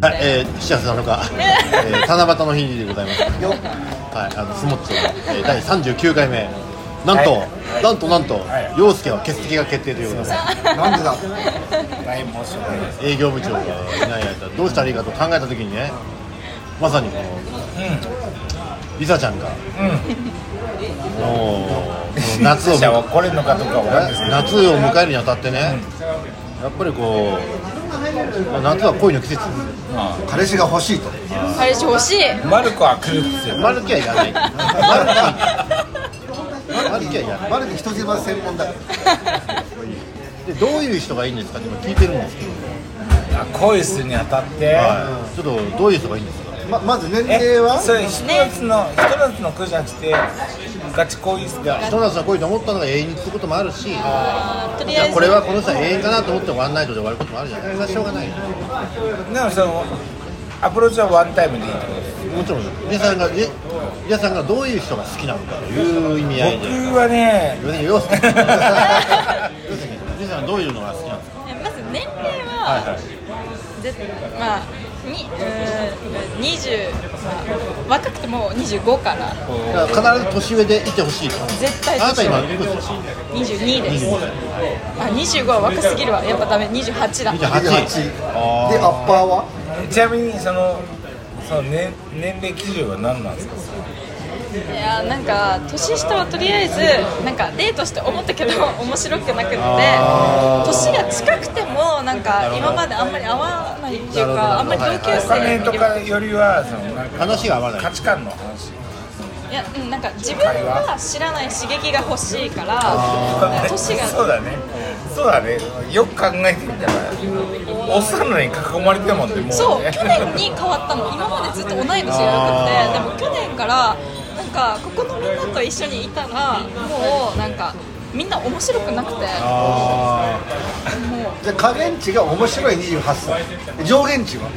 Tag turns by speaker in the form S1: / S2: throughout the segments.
S1: はい、えー、7月7日、えー、七夕の日でございます。はい、あのスモッチョの、えー、第39回目。なんと、なんとなんと、陽介は欠席が決定でございます。
S2: なんでだ大変申し訳ないです
S1: 営業部長がいない間どうしたらいいかと考えた時にねまさにこの、リサちゃんが、もうこの夏を
S2: じゃあ
S1: 迎
S2: 怒れるのかどうかは分かんないで すけ
S1: え夏を迎えるにあたってね、やっぱりこうまあ夏は恋の季節
S2: 彼氏が欲しいと
S3: 彼氏欲しい
S2: どマルコは来るっつよ
S1: 丸きはいらない丸きはいらない
S2: マルコ人妻専門だから
S1: でどういう人がいいんですかって今聞いてるんですけど、
S4: 恋するにあたって、
S1: はい、ちょっとどういう人がいいんですか
S2: ままず年
S4: え
S2: 齢は
S4: それ一つの一つの句じゃなくてガチ恋すか
S1: 人夏は恋と思ったのが永遠に続くこともあるし
S3: あとりあえず
S1: これはこの人は永遠かなと思って終わらないとで終わることもあるじゃないですかしょうがない
S4: でもそのアプローチはワンタイムでいいってことです
S1: もちろん皆さんがえ皆さんがどういう人が好きなのかという意味合いで
S4: 僕はね
S1: 要するに要するに要するに皆さんはどういうのが好きなんですか
S3: まず年齢は、ぜまあにうーん20、まあ、若くても25から
S1: だから必ず年上でいてほしいと
S3: 絶対
S1: あなた
S3: 年
S1: 今
S3: 上
S1: いくつですか
S3: 22ですあ25は若すぎるわやっぱダメ28だ
S1: 28
S2: 28で
S1: あ
S2: アッパーは
S4: ちなみにそのその年年齢基準は何なんですか
S3: いやーなんか年下はとりあえずなんかデートして思ったけど 面白くなくって年が近くてもなんか今まであんまり合わないっていうかあん
S1: な
S3: ま
S1: る
S3: り
S1: ほど
S3: 同級
S4: お金と
S3: 生
S4: かよりはそのなんか
S1: 話が合わない
S4: 価値観の話
S3: いやうんなんか自分は知らない刺激が欲しいから年が
S4: そうだねそうだねよく考えてみたらおっさんのに囲まれてもってもう、ね、
S3: そう去年に変わったの今までずっと同い年じゃなくてでも去年からなんかここのみんなと一緒にいたらもうなんかみんな面白くなくてもう
S2: じゃあ下限値が面白い28歳上限値は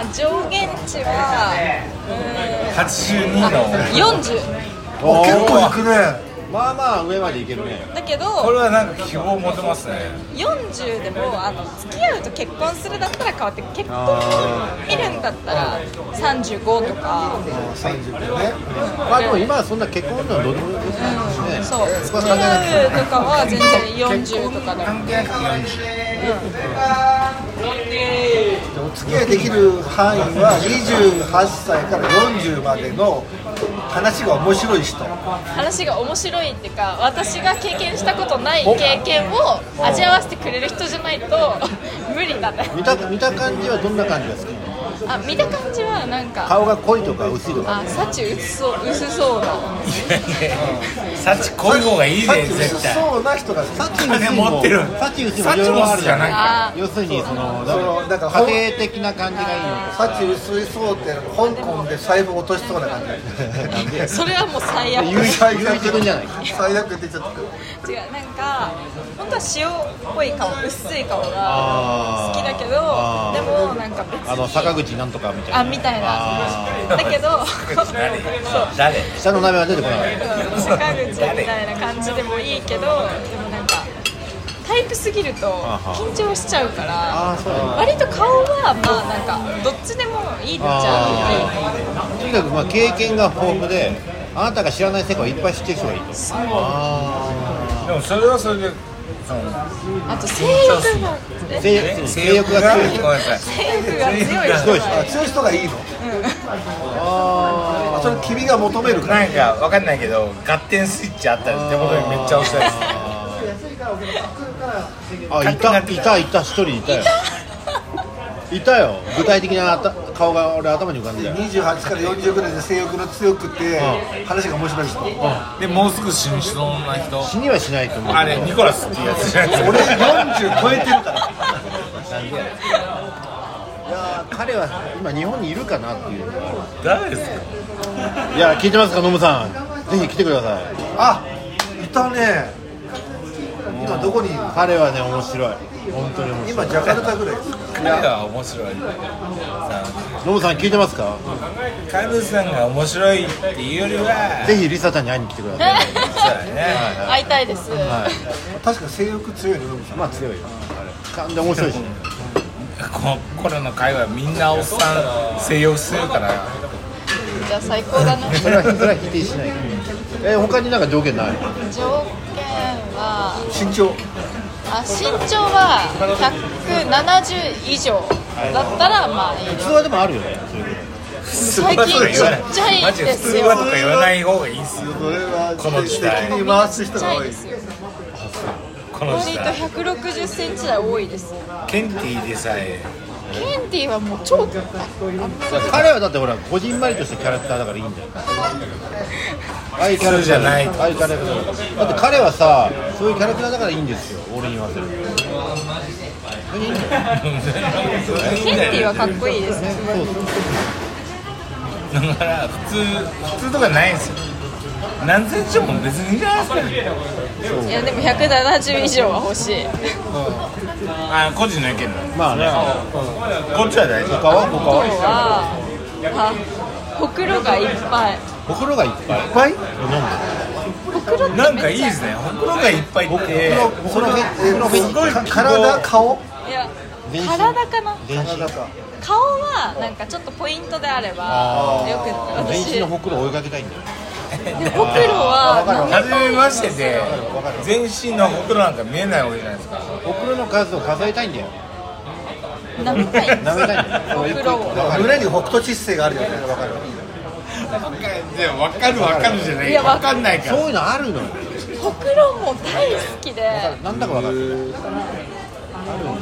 S3: あ上限値は
S4: 82の
S3: 40
S2: お結構いくね
S1: まあまあ上までいけるね
S3: だけど
S4: これはなんか希望を持てますね
S3: 40でもあの付き合うと結婚するだったら変わって結婚を見るんだったら35とか、
S2: 35ね
S1: まあでも今はそんな結婚運動はどうでもよくない
S3: うん、
S1: ですね
S3: そう付き合うとかは全然40とかでも
S4: 関係なく40
S2: お付き合いできる範囲は28歳から40までの話が面白い人
S3: 話が面白いっていうか私が経験したことない経験を味合わせてくれる人じゃないと 無理だね
S1: 見た見た感じはどんな感じが好き なの
S3: あ見た感じはなんか
S1: 顔が濃いとか薄いとか
S3: あ幸薄そう薄そうな
S4: 幸濃い方がいい
S2: さっ
S4: ね
S2: き薄
S4: 絶対
S2: そうな人が好き
S1: サチ
S4: 金持ってる
S1: サチウスもいろいろあるじゃない
S3: あ
S1: 要するにその
S2: その
S1: だ
S2: だ
S1: か
S2: からら
S1: 家庭的な感じがいいのか
S2: サチ薄いそうって香港で財布落としそうな感じ
S3: ーそれはもう最悪違う
S1: 唯一唯一分じゃない
S2: 最悪出ちゃった
S3: なんか本当は塩っぽい顔薄い顔が好
S1: あー
S3: きだけど
S1: あ
S3: で
S1: ー
S3: もなんか別に
S1: あの坂口なんとかみたいな
S3: あみたい
S1: あ
S3: なだけどそう
S4: 誰
S1: ー下の名前は出てこない
S3: 坂口みたいな感じでもいいけどでもなんかタイプすぎると緊張しちゃうから
S1: あーそうだ
S3: 割と顔はまあなんかどっちでもいいっちゃ
S1: と
S3: いい
S1: にかくまあ経験が豊富であなたが知らない世界をいっぱい知ってる人がいいとあ
S4: でもそれはそれでその
S3: あと性欲が
S1: ー
S3: え
S1: 性欲性欲が強い人
S4: ごめんなさい
S3: 性欲が強い人
S1: 強い
S3: が
S2: あ強い人がいいの
S1: あ
S2: あそれ君が求めるから
S4: なんかわかんないけど合点スイッチあったりってことにめっちゃ押したいです
S1: ーあいたいたいた一人いたよいたよ具体的なあた顔が俺頭に浮かんでたよ
S2: 28から40ぐらいで性欲の強くて話が面白い人
S4: でもうすぐ死にそうな人
S1: 死にはしないと思う
S4: あれニコラスっていうやつじゃないです
S2: 俺40超えてるから
S1: いやー彼は今日本にいるかなっていう
S4: 誰ですか
S1: いや聞いてますかノムさんぜひ来てください
S2: あいたね今どこにいる
S1: 彼はね面白い本当に面白
S2: 今ジャカルタぐらいです
S4: 彼は面白い
S1: いノムさん聞いてますか
S4: カルさんが面白いっていうよりは
S1: ぜひリサちゃんに会いに来てください
S4: そうだね
S3: 会いたいです、
S1: はい
S2: 確か性欲強いのノブさん
S1: まあ強いよあれで面白いし
S4: ここれの会話みんなおっさん西洋してるから
S3: じゃあ最高だな
S1: それはそれは否定しないえ他になんか条件ない
S3: 条件は
S2: 身長
S3: あ身長は170以上だったらまあいい
S1: 普通はでもあるよね
S3: 最近ちっちゃいんですよ
S4: マジ普通はとか言わない方がいいっすよ
S2: それは
S4: この時代
S2: 定期的に回す
S3: ちっ
S2: 人
S3: ちゃ
S2: が
S3: い
S2: 多い
S3: ですよ
S4: この
S3: 割
S4: 人
S3: と160センチ台多いです
S4: ケンティーでさえ
S3: ケンティはもう超
S1: 彼はだってほらこじんまりとしたキャラクターだからいいんじゃないああいうキャラクター
S4: じゃない
S1: ああいうキャラクターだからだって彼はさそういうキャラクターだからいいんですよ俺に言わせるといいんだよ
S3: ケンティはかっこいいですね
S1: そうそう
S4: だから普通普通とかないんですよ何センチも別にいいじゃないですか
S3: いやでも170以上は欲しい
S4: あ個人の意見だ
S1: まあね
S4: こっちは大丈
S1: 他は他
S3: 今日
S1: は
S3: はあほくろがいっぱい
S1: ほくろがいっぱいいっぱいなん
S3: ほくろっ
S4: 夫
S3: てめっちゃ
S4: なんかいいですねほくろがいっぱいって
S1: でその辺
S4: すごい
S2: か体顔
S3: いや
S1: 全身
S3: 体かな
S1: 全身
S2: 体か
S3: 顔はなんかちょっとポイントであればよく
S1: 全
S3: 私
S1: 身
S3: で
S1: の
S3: も
S1: ほくろ追いかけたいんだよ
S3: ほくろはなん
S4: 初めましてで全身のほくろなんか見えないわけじゃないですか
S1: ほくろの数を数えたいんだよ
S3: 舐めたいんで
S1: 舐め
S3: す
S1: たいんだよ
S3: ほくろを
S2: 胸に北斗窒性があるよねわかる
S4: でも分かる分かるじゃない
S3: いや分
S4: かんない
S1: そういうのあるのよ
S3: ほくろも大好きで
S1: なんだかわかる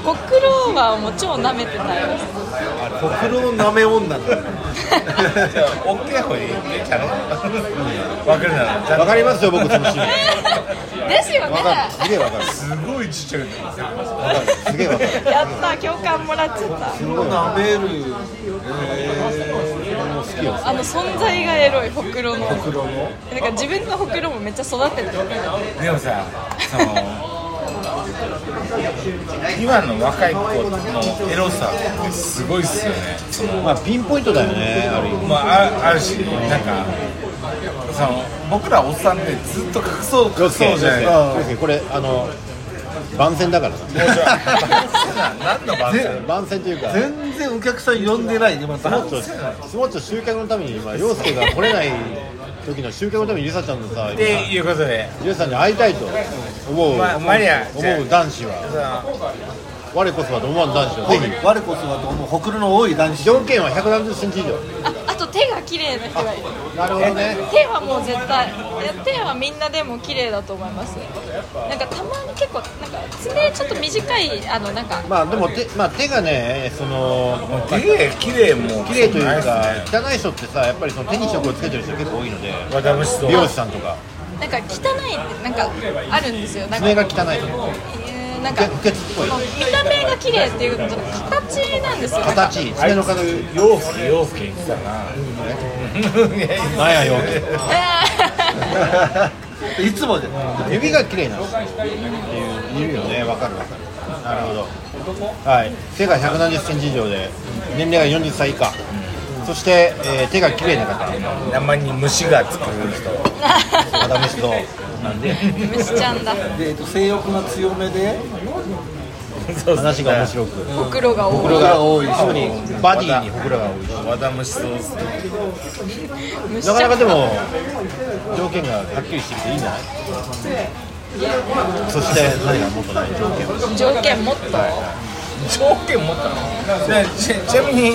S3: ほくろはもう超舐めてたよ
S2: ほくろ舐め女だよね
S4: 大きい方でいいねちゃんと分かるならちゃん
S1: わかりますよ僕その心理
S3: ですよね
S1: わかるすげえわかる
S4: とすごいちっちゃくて
S1: わかるすげえわかる
S3: やった共感もらっちゃった
S2: ほくろ舐める
S3: あの存在がエロいほくろのなん
S2: ほくろの
S3: か自分のほくろもめっちゃ育ててた
S4: でもさその今の若い子のエロさってすごいっすよねその
S1: まあピンポイントだよねある意味
S4: まあ、ああるし、なんか、その僕らおっさんってずっと隠そう、隠そうじゃない
S1: 洋介これあの番宣だからさ
S4: 何の番宣
S1: 番宣というか
S2: 全然お客さん呼んでないねまた
S1: スモッチョスモッチョ集客のために今陽介が来れない時の集客のためにリサちゃんのさ
S4: っ
S1: 今
S4: ていうことで、
S1: リサさんに会いたいと思う
S4: まマリア
S1: 思う男子は
S4: その
S1: 我こそはと思わぬ男子はぜひ
S2: 我こそはと思うほくろの多い男子
S1: 条件は1 7 0センチ以上
S3: ああと手が綺麗な人がいる
S1: なるほどね
S3: 手はもう絶対いや手はみんなでも綺麗だと思いますなんかたまに結構なんか爪ちょっと短いあのなんか
S1: まあでも手,、まあ、手がねその
S4: 綺麗、綺麗も
S1: 綺麗というか
S4: ないっすね
S1: 汚い人ってさやっぱりその手に職をつけてる人結構多いので
S4: 私と
S1: 美容師さんとか
S3: なんか汚いってなんかあるんですよなんか
S1: 爪が汚いとか
S3: えーなん
S1: 不
S3: か
S1: 潔不潔っぽい
S3: 見た目が綺麗っていうこと形なんですよなんか
S1: 形爪の形
S4: 洋服、洋服言ってたな。いやい
S1: なんやよ
S3: え
S2: いつもで
S1: 指が綺麗なのっていう指よねわかるわかるなるほどはい背が1 7 0センチ以上で年齢が40歳以下そして、えー手が綺麗な方
S4: や名前に虫がつく人。
S1: アダムシド
S3: ー虫ちゃんだ
S2: でえっと性欲が強めで
S1: 話が面白く
S3: ほくろが
S1: ほく
S3: 多
S1: ろ
S3: い
S1: が多いし特にバディにほくろが多いし
S4: 和田虫そうっすね。
S3: 虫ち
S1: な
S3: ゃん
S1: かなかでも条件がはっきりしてきていいんじゃないそして何がもっとない条件
S3: 条件もっと
S4: 条件持ったのでちちなみに、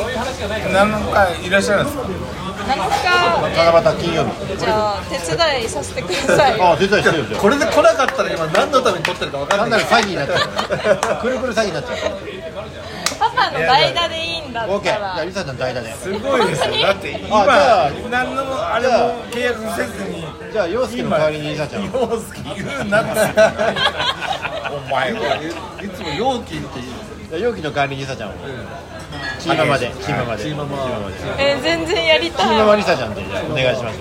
S4: 何日いらっしゃるんですか
S3: 7日
S1: 七夕金曜日
S3: じゃあ手伝いさせてください
S1: ああ絶対してるじゃ
S2: これで来なかったら今何のために撮ってるか分か
S1: なんん
S2: な
S1: ないら詐欺になっちゃうくるくる詐欺になっちゃう
S3: パパの代打でいいんだ
S1: オー
S3: っ
S1: ケーじ
S3: た
S1: ゃあ
S3: ら
S1: リサちゃん代打です
S4: ごいですよ。だって今
S1: あじゃあ
S4: 何のあれも契約せずに
S1: じゃあ陽介の代わりにリサちゃん
S4: 陽介言うなって。 お前は。
S2: いつも容器っていう
S1: じゃあ陽気の代わりにリサちゃんをチーママでチーママでチーママでチ
S3: えー全然やり
S1: ー
S3: た
S1: マ
S3: い
S1: マリサちゃんでじゃあお願いしましょ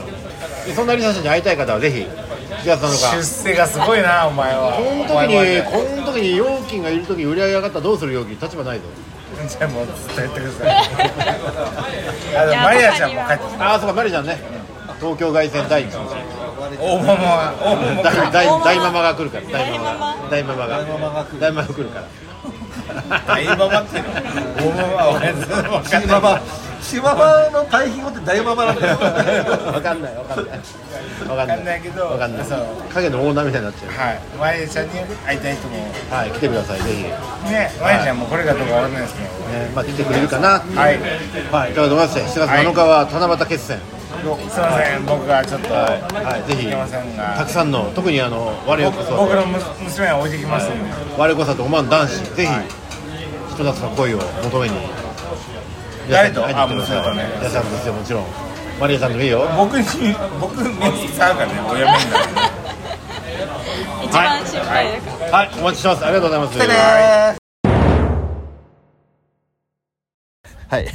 S1: うでそんなリサちゃんに会いたい方はぜひ4月7
S4: 出
S1: 日
S4: 世がすごいなお前は。
S1: この時
S4: お前
S1: に
S4: は
S1: この時に陽気がいる時に売り上げ上がったらどうする陽気立場ないぞ
S4: じゃあもう伝えてください。あのマリアちゃんも帰ってき
S1: ああそうかマリちゃんね東京凱旋第一の
S4: た。大ママが大ママが
S1: 大大大ママが来るから大ママ
S3: 大
S1: 大マ
S3: ママ
S1: マが大ママが来るから
S4: 大ママっていうの。 は俺ずっと分かん
S2: シマ
S4: ない
S2: マシママの対比語って大ママなんだよ
S1: わかんないわかんないわかんな
S4: わか
S1: い
S4: んないけど
S1: わかんない
S4: そう
S1: 影のオーナーみたいになっちゃ
S4: はいマエちゃんに会いたい人もね
S1: うはい来てくださいぜひ、ね
S4: マエちゃんもこれがどうかわからないですけど
S1: まあ、来てくれるかなっていう
S4: はい
S1: はい、ということでございまして7月7日は七夕決戦
S4: すいません僕がちょっと
S1: はい、はい、ぜひ
S4: いけませんが
S1: たくさんの特にあの我こ
S4: 僕
S1: そ
S4: 僕の娘娘は置いてきますんで
S1: 我こそと思わぬ男子ぜひ人たちの恋を求めに皆さ
S4: 誰
S1: んに
S4: と
S1: 会いに来てください
S4: あ娘とね
S1: 皆さんですよもちろんマリアさんでもいいよ
S4: 僕に僕面識さんからねお嫁になる
S3: 一番心配だから。
S1: はいお待ちしてますありがとうございますはい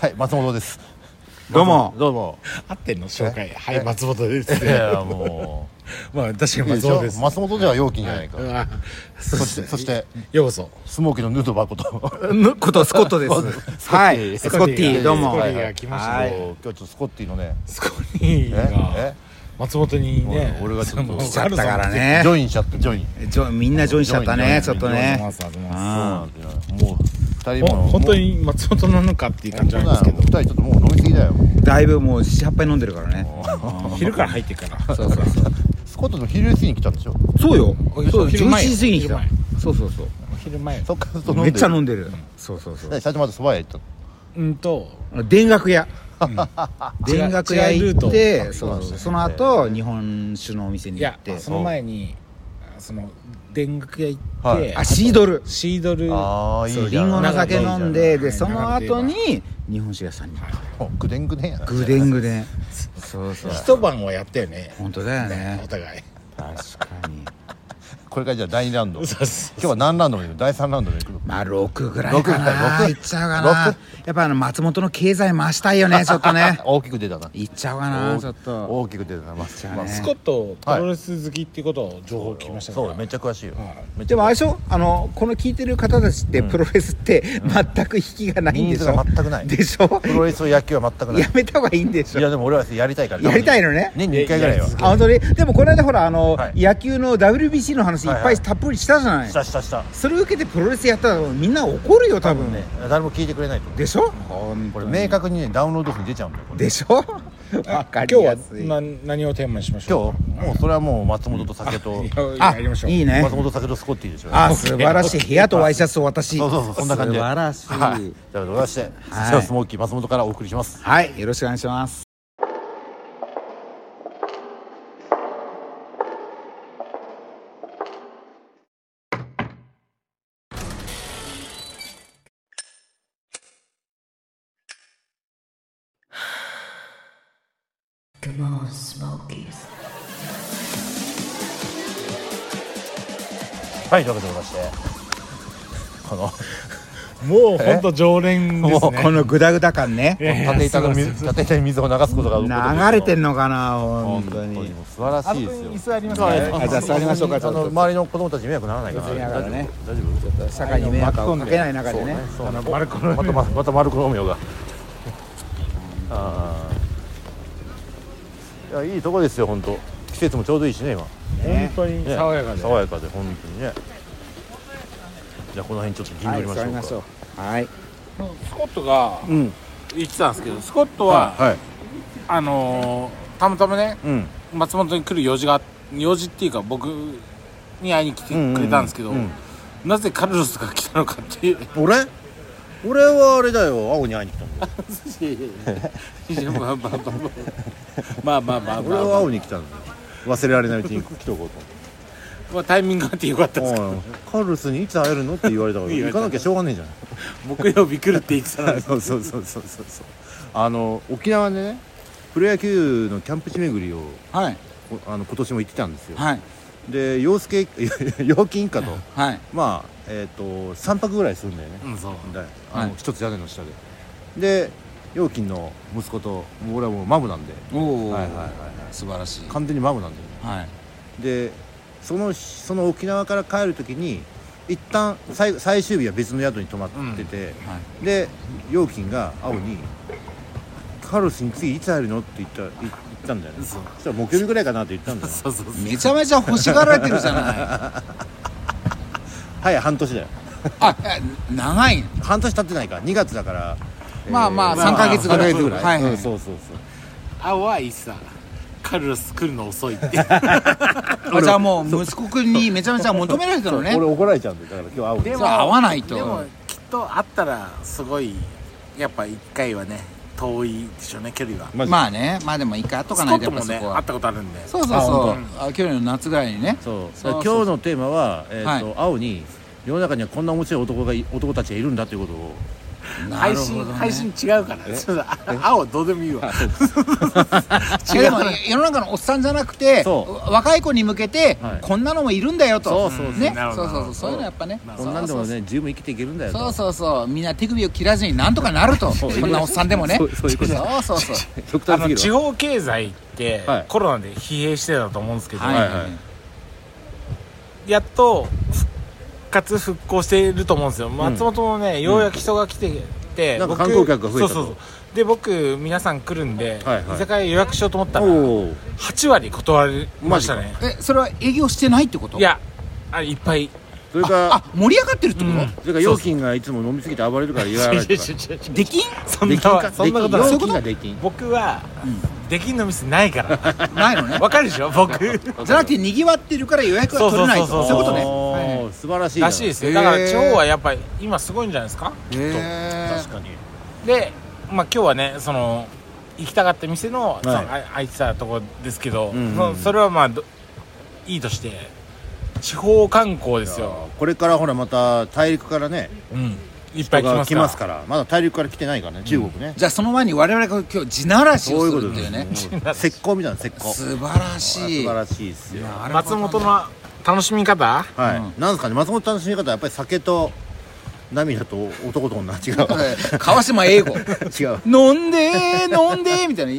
S1: はい松本です
S5: どうも
S1: どうも
S4: 合ってんの紹介はい松本です
S1: いやも
S4: まあ確か
S1: ういいでしょ松本では陽気じゃないか
S4: あそ
S1: そしてそして
S4: ようこそ
S1: スモーキーのヌートバー こと
S5: のことスコットです
S1: スコッティ
S5: はいスコッティどうも
S4: スコ
S5: は
S4: ッ
S5: い
S4: ティ
S5: は
S4: が
S5: い
S4: 来ました
S1: 今日ちょっとスコッティのね
S4: スコニーが
S1: え
S4: 松本にね
S1: 俺がちょっと
S5: 来ちゃったから
S1: え
S5: ね
S1: ジョインしちゃったジョイン
S5: ジョみんなジョインしちゃったねち
S1: ジョ
S5: ょ
S1: イン
S5: っとね
S4: 松本
S5: う
S4: 松
S5: ん
S1: もう二人
S4: 本
S1: も
S4: 本当に松本なのかっていう感じなんですけ
S1: 二人ちょっともう飲みすぎだよ
S5: だいぶもう78杯飲んでるからね
S4: ど昼から入ってから
S5: そうそうそう
S1: スコットの昼過ぎに来たんでしょ
S5: そうよそう
S4: 昼
S5: 11
S4: 前
S5: 時過ぎに来た
S4: 昼
S5: そうそうそう
S4: 昼前
S1: そっからずっと飲んで
S5: めっちゃ飲
S1: ん
S5: んでるそうそうそう
S1: で最初までそば屋行っ
S4: うんと
S5: 田楽屋 田楽屋
S4: 違う違うルー
S5: 行
S4: ト
S5: っ
S1: そ
S5: て
S1: う
S5: そ
S1: なん
S5: う
S1: です
S5: そう
S1: ね
S5: その後日本酒のお店
S4: い
S5: に行
S4: や
S5: って
S4: その前にその田楽屋行って、
S1: はい
S5: あシードル
S4: シードル
S1: たああい
S5: そう
S1: い
S5: リ
S1: じゃん
S5: ンゴの酒飲ん
S4: 長
S5: で
S4: い
S5: で
S4: じゃ
S5: そ
S4: ん
S5: の後に日本酒屋さんに
S1: ぐでんぐでんやな
S5: ぐでんぐでんそうそう
S4: 一晩はやったよね
S5: 本当だよね
S4: お互い
S5: 確かに
S1: これからじゃあ第2ラウンド今
S4: そうそ
S1: 日は何ラウンドまで行く第3ラウンドまで行くの
S5: まあ6ぐらいか
S1: 六ぐら
S5: ないい
S1: 六
S5: っちゃうかなやっぱあの松本の経済増したい よねちょっとね
S1: 大きく出たない
S5: っちゃうかなちょっと
S1: 大きく出たなまあ
S5: ちゃうね
S4: スコットプロレス好きってことを情報聞きましたか
S1: そ
S4: ら、
S1: うめっちゃ詳しいよめっち
S5: で
S1: ゃ
S5: もあれでしょあのこの聞いてる方たちってプロレスって全く引きがないんでし
S1: ニーズ
S5: ょ
S1: が全くない
S5: でしょ
S1: プロレスと野球は全くない
S5: やめた方がいいんでし
S1: いや
S5: ょ
S1: でも俺はやりたいから
S5: やりたいのね
S1: 年に1回ぐらいは
S5: あ本当にでもこの間ほらあの
S1: はい
S5: 野球の WBC の話いっ
S1: は
S5: ぱ
S1: いはい
S5: いたっぷりしたじゃない
S1: したしたした
S5: それを受けてプロレスやったらみんな怒るよ多分
S1: 誰も聞いてくれないと思う
S5: でしょ
S1: これ明確にねダウンロード数出ちゃうんだよこれ
S5: でしょ わかりやすい
S4: 今日はな何をテーマにしまし
S1: 今
S4: ょう
S1: 日もうそれはもう松本と酒と
S4: 今
S5: あ
S4: やりましょう
S5: いいね
S1: 松本酒とスコッティでしょ
S5: あ素晴らしい部屋とワイシャツを私
S1: そうそうそうそんな感じ
S5: 素晴らし
S1: はい
S5: い
S1: ということでございましてそ
S5: はい
S1: ちらスモーキー松本からお送りします
S5: はいよろしくお願いします
S1: はいということでございましてこの
S4: もう本当常連です
S5: もう
S4: ね
S5: このグダグダ感ね
S1: 縦板の水縦板に水を流すことが
S5: 流れてん
S1: の
S5: のかな
S1: 本
S5: 本
S1: 当
S5: 当
S1: に
S5: に
S1: もう素晴らしいですよ
S4: あります
S5: あじゃあ座りましょうかち
S1: あ
S5: ょっ
S1: の
S5: と
S1: 周りの子供たちに迷惑ならないかな
S5: 見ながらね
S1: 大丈夫
S5: 社会に迷惑をかけない中でね
S1: そうねマルコロまたままたマルコロミオがああいやいいとこですよ本当季節もちょうどいいしね今
S4: 本当に
S1: ね
S4: 爽やかで、
S1: 爽やかで本当にねじゃあこの辺ちょっと銀
S5: は
S1: 取り
S5: い
S1: まし
S5: 座
S1: ょ
S5: り
S1: うか
S5: ましょうはい
S6: スコットが
S1: うん
S6: 言ってたんですけど、スコットは、
S1: はい
S6: あのーたまたまね、
S1: うん
S6: 松本に来る用事が、用事っていうか、僕に会いに来てくれたんですけど、
S1: うんうんうん
S6: なぜカルロスが来たのかっていう、
S1: 俺俺はあれだよ青に会いに来たんだよ
S6: まあまあまあまあ、まあまあまあ
S1: 俺は
S6: まあ
S1: 青に来たんだよ忘れられないうちに来とこうと
S6: まあ、タイミングがあってよかったで
S1: 思っ
S6: す
S1: て
S6: けど、
S1: おいカルロスにいつ会えるのって言われたから
S6: 言わ
S1: 行
S6: れた
S1: かなきゃしょうがねえじゃん
S6: 木曜日来るって言ってたの に
S1: そうそうそうそうそうそうあの沖縄でねプロ野球のキャンプ地巡りを
S5: はい
S1: こあの今年も行ってたんですよ、
S5: はい
S1: で洋介 陽金一家と
S5: はい
S1: まあえっ、と3泊ぐらいするんだよね、
S6: うん、そう。
S1: だあの
S5: はい
S1: 一つ屋根の下でで陽金の息子ともう俺はもうマムなんで、
S5: おお
S1: はいはいはい、
S5: 素晴らしい
S1: 完全にマムなんだよね
S5: はい
S1: でそのその沖縄から帰る時に一旦最最終日は別の宿に泊まってて、
S5: は
S1: で陽金が青に「カルロスに次いつ会えるの?」って言ったい言ったんだよねそ
S6: そう
S1: したら木曜日ぐらいかなって言ったんだよ
S6: そうそうそう
S5: めちゃめちゃ欲しがられてるじゃない
S1: はい半年だよ
S6: あ長い
S1: 半年経ってないか2月だから
S6: まあまあ
S1: まあ
S6: 3ヶ月ぐらい
S1: 3ヶ月ぐらい、
S6: はいはい
S1: うんそうそうそう
S6: 淡いさカルロス来るの遅いって
S1: 俺
S6: あじゃあもう息子くんにめちゃめちゃ求められたのね
S1: 俺怒られちゃうんだよだから今日会う
S6: で
S1: の
S6: も合わないと
S5: でも
S6: きっと会ったらすごいやっぱ1回はね遠いでしょうね距離は
S1: マジで
S5: まあねまあでもいいかと
S6: ス
S5: か
S6: コ
S5: ない
S6: ッ
S5: と
S6: ト
S5: や
S6: も
S5: っぱそ
S6: ね
S5: こ
S6: 会っ
S5: は
S6: たことあるんで
S5: そうそうそ
S1: あ
S5: うあ去年の夏ぐら いにね
S1: そう
S5: そうそう
S1: 今日のテーマは、えーと
S5: は
S1: 青に世の中にはこんな面白い男がい男たちがいるんだということを
S5: なる
S6: 配
S5: ほど
S6: 信、
S5: ね
S6: 配信違うからちょっとあ青どうでもいいわ
S5: 違うでも世の中のおっさんじゃなくて
S1: そ
S5: 若い子に向けて、
S1: はい
S5: こんなのもいるんだよ
S1: そ
S5: と
S1: うそうそう
S5: ね
S6: なるほ
S5: そ
S6: ど
S5: うそうそうそういうのやっぱね
S1: こんなん でもね十分生きていけるんだよと
S5: そうそうそうみんな手首を切らずになんとかなると
S1: そう
S5: こんなおっさんでもね
S1: そうそういうこと
S5: そうそうそう
S1: 極
S6: あ
S1: 端すぎ
S6: の
S1: るわ
S6: 地方経済って
S1: はい
S6: コロナで疲弊してたと思うんですけど、
S5: はいはいはい
S6: やっと復活復興してると思うんですよ、松本もねようやく人が来てて、
S1: なんか
S6: 僕
S1: 観光客が増えたと
S6: そうそうそうで僕皆さん来るんで、
S1: はいはい
S6: 居酒屋予約しようと思ったら
S1: おー
S6: 8割断りましたね
S5: えそれは営業してないってこと
S6: いやあいっぱい
S1: それ
S5: あ
S1: か
S5: あ盛り上がってるってこ
S6: うん
S1: それか料金がいつも飲みすぎて暴れるから言わないとかで
S5: とできん
S6: そん
S1: きんか
S6: なそんなこと
S1: で
S6: な
S1: きん料
S6: い
S1: 金ができん
S6: 僕は、できんの店ないから
S5: ないのね
S6: わかるでしょ僕
S5: じゃなくてにぎわってるから予約が取れないと
S6: そう
S5: そ
S6: そう
S5: う
S6: そう
S5: いうこ
S1: あー素晴らしいな
S6: らしいですよだから地方はやっぱり今すごいんじゃないですか
S5: とねへ
S1: 確かに
S6: で、まあ、今日はねその行きたかった店の,、
S1: い
S6: そのあ空いてたとこですけど、
S1: んうんうん
S6: そのそれはまあどいいとして地方観光ですよ、
S1: これからほらまた大陸からね
S6: うん、いっぱ
S1: 人
S6: い来ま
S1: が
S6: す
S1: 来
S6: から
S1: ますからまだ大陸から来てないからね中国ね
S5: じゃあその前に我々が今日地ならし
S1: そう
S5: を
S1: いう
S5: す
S1: こ
S5: る
S1: と
S5: って
S1: で
S5: いうね
S1: すねもう石膏みたいな石膏素
S5: 素晴らしい
S1: 晴らしいですよ
S5: なるほ
S6: 松
S5: どね
S6: 本の楽しみ方
S1: はいなんですかね松本さんの楽しみ方はやっぱり酒と涙と男と女違う
S5: えー川島英語
S1: 違う
S5: 飲んでー飲んでーみたいな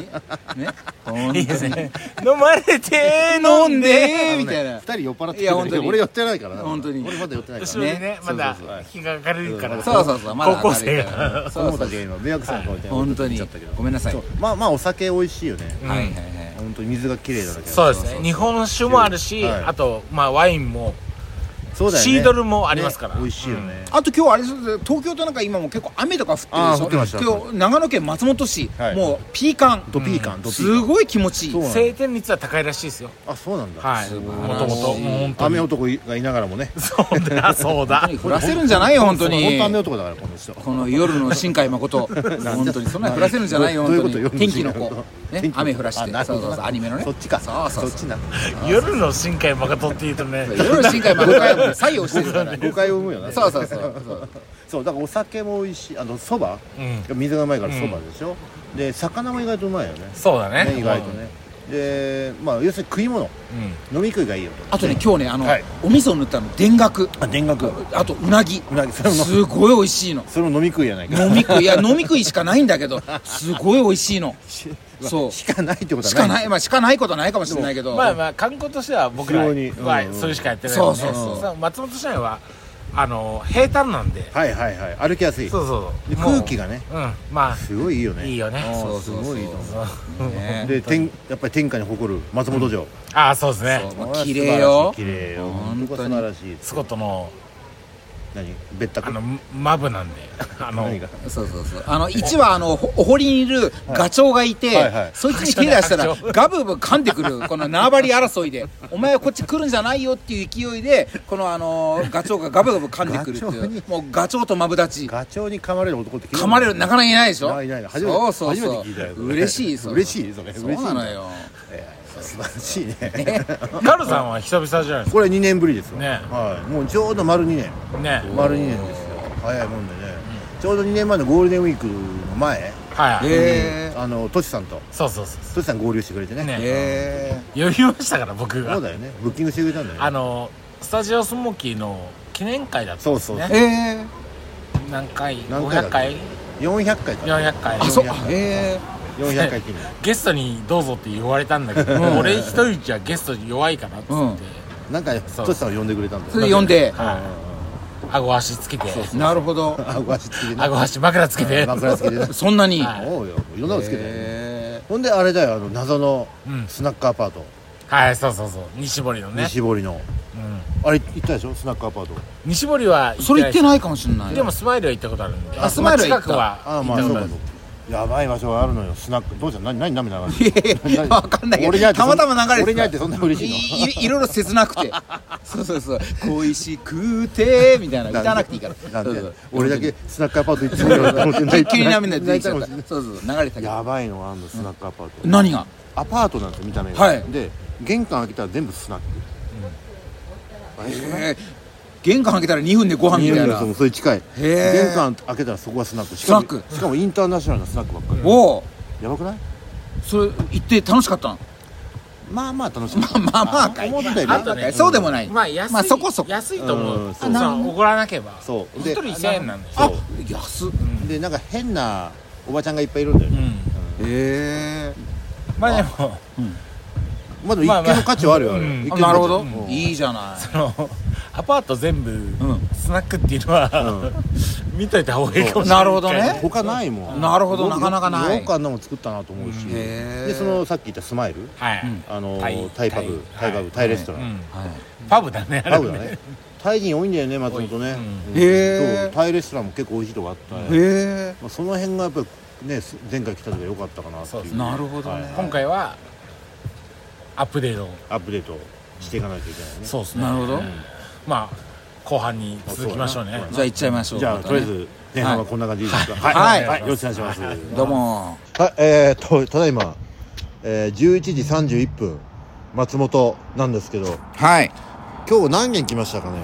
S5: ね飲んでー
S6: 飲まれて
S5: 飲んで
S1: あの
S5: ー
S1: ね
S5: みたいな
S1: 二人酔っ払って
S5: いや本当に
S1: 俺酔ってないからな
S5: 本当に
S1: 俺まだ酔ってないか
S6: 後
S1: らね
S6: ろにねまだ
S1: そうそうそう
S6: 日が明るいから
S5: そうそうそうまだ
S6: 高校生
S5: 明るいか
S6: が
S5: ら
S1: 子
S5: そう
S1: 供
S5: そう
S1: たちが今迷惑さん顔みたいな
S5: 本当に
S1: ちゃったけど
S5: ごめんなさい
S1: そ
S5: は
S1: うまあまあお酒美味しいよね
S5: いはいはい
S1: 本当に水が綺麗だけ
S6: そうですね日本酒もあるし、
S1: はい
S6: あと、まあ、ワインも
S1: そうだよね
S6: シードルもありますから
S1: ね美味しいよね
S5: あと今日あれです東京となんか今も結構雨とか降ってるで
S1: あー
S5: しょ
S1: 降ってました
S5: 今日長野県松本市、
S1: はい
S5: もうピーカン
S1: ドピー感ドピ
S5: す
S1: ー
S5: ごい気持ちいい
S1: そうなんだ
S6: 晴天率は高いらしいですよ
S1: あそうなんだ
S6: はいもともともう本当
S1: 雨
S6: に
S1: 男がいながらもね
S6: そう だそうだ
S5: 降らせるんじゃないよ本当
S1: 本
S5: に
S1: 当雨男だからこの人
S5: この夜の新海誠本当にそんなに降らせるんじゃないよ
S1: どう
S5: 本
S1: ど
S5: 当
S1: ういう
S5: に
S1: こと
S5: 天気の子
S1: 夜の新海誠天
S5: ね
S1: 気の子
S5: 雨降らし
S1: あ
S5: て
S1: なる
S5: そ
S1: ほ
S5: う
S1: ど
S5: そうそうアニメのね
S1: そっちか
S5: そうそ
S1: そ
S5: う
S1: っ
S5: そう
S1: ちな
S6: 夜の新海誠っていうとね
S5: 夜の新海誠は採用してる から
S1: 誤解を生むよね
S5: そうそうそうそう
S1: そうだからお酒も美味しいあのそば
S6: うん
S1: 水がうまいからそばでしょで魚も意外とうまいよね
S6: そうだね
S1: ね意外とねでまあ要するに食い物飲み食いがいいよと
S5: あとね今日ねあの、
S1: はい
S5: お味噌を塗ったの田楽
S1: あ田楽
S5: あとうなぎ
S1: うなぎそれも
S5: すごい美味しいの
S1: それも飲み食いやないか
S5: 飲み食いいや飲み食いしかないんだけどすごい美味し いのそう
S1: しかないってことは
S5: しかないまあしかないことはないかもしれないけど
S6: まあまあ観光としては僕ら
S1: 非常にうん
S6: は
S1: うん
S6: それしかやってない
S5: そ
S6: の
S5: う
S6: で
S5: そうそう
S6: さ松本市内はあの平坦なんで
S1: はいはいはい歩きやすい
S6: そうそ
S1: で
S6: うもう
S1: 空気がね
S6: うんま
S1: すごいいいよ
S6: あ
S1: ね
S6: いいよね
S1: あーすごいいいと思
S5: ね
S1: うで天やっぱり天下に誇る松本城
S6: ああそうですね
S5: そうまあ綺麗よ
S1: 綺麗よ
S5: 本
S1: 本
S5: 当
S1: 当
S5: に
S1: 素晴らしいです
S6: スコットの
S1: 何別
S6: あ
S1: 宅
S6: のマブなんであの
S1: 何が
S5: そうそうそうあの1はあのほお堀にいるガチョウがいて、
S1: はいはい
S5: そいつに手出したら
S6: ガチョ
S5: ガブブ噛んでくるこの縄張り争いでお前はこっち来るんじゃないよっていう勢いでこのあのガチョウがガブガブ噛んでくるって
S1: ガチョウ
S5: い
S1: に
S5: うもうガチョウとマブダチ
S1: ガチョウに噛まれる男って聞いた
S5: 噛
S1: こと
S5: まれるなかなかいないでしょ
S1: ないない初めて
S5: そうそうそう
S1: 初めて聞いたよそれ
S5: 嬉しいそれ
S1: 嬉しいそれ
S5: そうなのよ
S1: 素晴らしいね
S6: カルさんは久々じゃないで す
S1: これ2年ぶりですよ
S6: ね
S1: はいもうちょうど丸2年
S6: かね
S1: 丸2年ですよ早いもんでねちょうど2年前のゴールデンウィークの前
S6: はい
S5: へ
S1: あのトシさんと
S6: そうそうそうそ
S1: トシさん合流してくれて
S6: ね
S1: ね
S5: えへ
S6: う呼びましたから僕
S1: そう
S6: が
S1: だよねブッキングしてくれたんだよ
S6: あ
S1: ね
S6: のスタジオスモーキーの記念会だったんです
S1: そうそう
S6: ね
S5: ええ
S6: 何回
S1: 何回だ
S6: 500回
S1: 400回かな
S6: 400回
S5: あそうあえ
S1: 400回記念
S6: ゲストにどうぞって言われたんだけど、
S5: ん
S6: 俺一人じゃゲストに弱いかなっつって、
S5: うん
S1: なんかね
S6: そう
S1: トシさんを呼んでくれたんだよ
S5: それで呼んで
S6: 顎足つけて
S5: えなるほど
S1: あご足つけてね
S6: 顎足枕つけて、
S1: 枕つけてね
S5: そんなに
S6: はい
S1: おうよいろんなのつけてね
S5: へ
S1: ほんであれだよあの謎の
S6: うん
S1: スナックアパート、
S6: いはいそうそうそう西堀のね
S1: 西堀の、あれ行ったでしょスナックアパート
S6: 西堀は
S4: それ行って
S6: い
S4: ないかもしれない
S6: でもスマイルは行ったことあるんで
S4: あスマイルは行った
S6: 近くは
S1: ああ
S6: 行
S1: ま
S6: っ
S1: あ
S6: た
S1: そ
S6: こ
S1: うか
S6: とある
S1: そうやばい場所があるのよスナックどうした何何涙流
S4: い
S1: れ
S4: や
S1: てる
S4: いやわかんないけ
S1: 俺に会
S4: ど
S1: えてそ
S4: た
S1: ん
S4: またま流れてた
S1: 俺に会えてそんな嬉しいの
S4: いいいろいろ切なく てそうそうそう恋しくてみたいな歌わなくていいから
S1: なん
S4: そう
S1: で
S4: そう
S1: 俺だけスナックアパート行ってみようと思って泣い
S4: 一
S1: て
S4: 気に涙出てきちゃっ
S1: 泣
S4: た
S1: いかもし
S4: そうそうそう流れてた
S1: れ
S4: け
S1: ない
S4: ど
S1: やばいのがあんのスナックアパート
S4: 何が
S1: アパートなんですよ見た目が、
S4: はい
S1: で玄関開けたら全部スナック、あれ
S4: えー玄関開けたら2分でご飯
S1: 見え
S4: みた
S1: る
S4: い
S1: んで
S4: な
S1: すよそれ近い
S4: へー
S1: 玄関開けたらそこがスナックしかも
S4: スナック
S1: しかもインターナショナルなスナックばっかり
S4: おお
S1: やばくない
S4: それ行って楽しかったの
S1: まあまあ楽しみ
S4: まあまあまあかい
S1: 思ったより
S4: まあまあかいそうでもない
S6: まあ安い、
S4: まあそこそこ
S6: 安いと
S1: う
S6: 思
S1: ん
S6: う
S1: そ
S6: そうう怒らなければ
S1: そう
S6: 一
S1: で
S6: 人1000円なんです
S1: そ
S4: あ
S1: う
S4: 安っ
S1: でなんか変なおばちゃんがいっぱいいるんだよ
S6: う
S1: ね、
S6: ん
S4: ええ
S6: まあでも
S1: まだ一
S6: まあまあ
S1: 見の価値はあるよあれ、
S6: うん
S1: 一見の価
S4: あ
S1: 値
S4: なるほど
S1: うん
S4: いいじゃない
S6: そのアパート全部
S4: ん
S6: スナックっていうのは見といた方がいいかもしれな
S4: な
S6: い
S4: るほどね
S1: 他ないもん
S4: なるほどなかなかない
S1: よくあんなもん作ったなと思うし、
S4: へー
S1: でそのさっき言ったスマイル
S6: はい
S1: あの
S6: タ
S1: ー
S6: イ
S1: タイパブタ
S6: タイ
S1: イパブタイレスト
S6: う
S1: ラン、
S6: ん
S4: はい
S6: パブだねあれ
S1: タイだねタイ人多いんだよね松本ね、
S6: うん
S1: うん
S4: へー
S1: そうタイレストランも結構美味しいとこあったよ
S4: へ
S1: まあ、その辺がやっぱりねす前回来た時は良かったかなってい
S6: そうで
S1: う
S6: す
S4: なるほどね
S1: はい
S6: 今回はアップデートを
S1: アップデートしていかないといけないね
S6: そうです
S4: え
S6: ね
S4: なるほど
S6: まあ後半に続きましょう
S1: そう
S6: ね
S1: だな
S4: じゃあ行っちゃいましょう
S1: じゃあ、
S4: また
S1: と
S4: ね
S1: りあえず前半はこんな感じでいいですか
S4: はい
S1: はい、よろしくお願いしますはい
S4: どうも
S1: えー、とただいま、えー、11時31分松本なんですけど
S4: はい
S1: 今日何件来ましたかね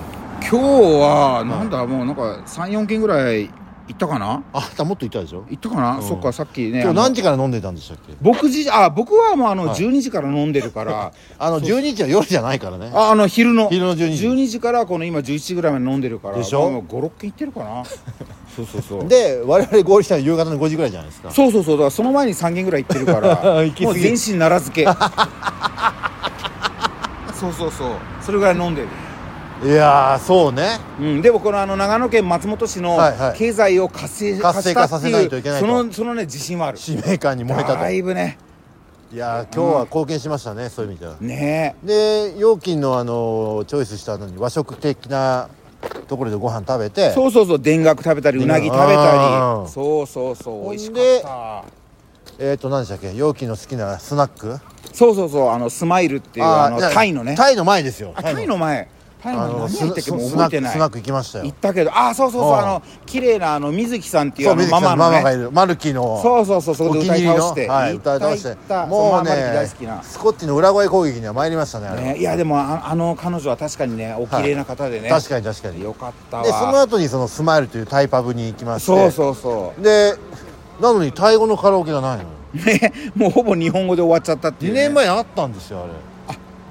S5: 今日はなんだもうなんか34件ぐらい行ったかな
S1: ああんたもっといたでしょ
S5: 行ったかな、そっかさっき
S1: 今
S5: ね
S1: 日
S5: あ
S1: 何
S5: の
S1: 時から飲んでたんでしたっけ
S5: 僕じあ僕はもうあの
S1: はい
S5: 12時から飲んでるから、
S1: あの12時は夜じゃないからね
S5: ああの昼の
S1: 昼の12時
S5: 12時からこの今11時ぐらいまで飲んでるから
S1: でしょ
S5: 56軒行ってるか なそうそうそう
S1: で我々合流したの夕方の5時ぐらいじゃないですか
S5: そうそうそうだからその前に3軒ぐらい行ってるから
S1: 行き
S5: も
S1: 過
S5: う
S1: ぎ
S5: 全身奈良漬け そうそうそうそれぐらい飲んでる、
S1: いやーそうね
S5: うん、でもこのあの長野県松本市の
S1: はいはい
S5: 経済を活性化
S1: 活性化
S5: したって
S1: させないといけないと
S5: そのそのね自信はある
S1: 使命感に燃えたと
S5: だいぶね
S1: いやー今日は貢献しましたね、そういう意味では
S5: ね
S1: で料金のあのーチョイスしたのに和食的なところでご飯食べて
S5: えそうそうそう田楽食べたりうなぎ食べ
S1: あー
S5: たりそうそうそ
S1: ほ
S5: う
S1: ん
S5: 美味しか
S1: で
S5: った
S1: えっ、ー、と何でしたっけ容器の好きなスナック
S5: そうそうそうあのスマイルっていうあの
S1: じゃあ
S5: タイのね
S1: タイの前ですよ
S5: あタイの前タイ
S1: あ
S5: の
S1: の
S5: 前何
S1: ス
S5: 入ってっけもう
S1: ス
S5: 覚
S1: ナ
S5: えて
S1: ック
S5: ない
S1: スナック行きましたよ
S5: 行ったけどあそうそうそ
S1: う
S5: う
S1: ん
S5: あの綺麗なあの水木さんっていう
S1: そ
S5: あ
S1: う
S5: の
S1: 水木さ
S5: ママ
S1: んマ
S5: の
S1: マがい
S5: ね
S1: るマルキーの
S5: そうそうそうそれで歌い倒して
S1: はい、
S5: 行った
S1: 歌い倒して
S5: 行っ
S1: も
S5: た
S1: う
S5: そうママの木
S1: ね
S5: 大好きな
S1: スコッティの裏声攻撃には参りましたねあれは
S5: ねいやでもああの彼女は確かにねお綺麗な方でね
S1: 確かに確かに
S5: よかった
S1: でその
S5: わ
S1: 後にそのスマイルというタイパブに行きまして
S5: そうそうそう
S1: でなのにタイ語のカラオケがないのよ
S5: うねもうほぼ日本語で終わっちゃったってい
S1: 2
S5: うね
S1: 年前あったんですよあれ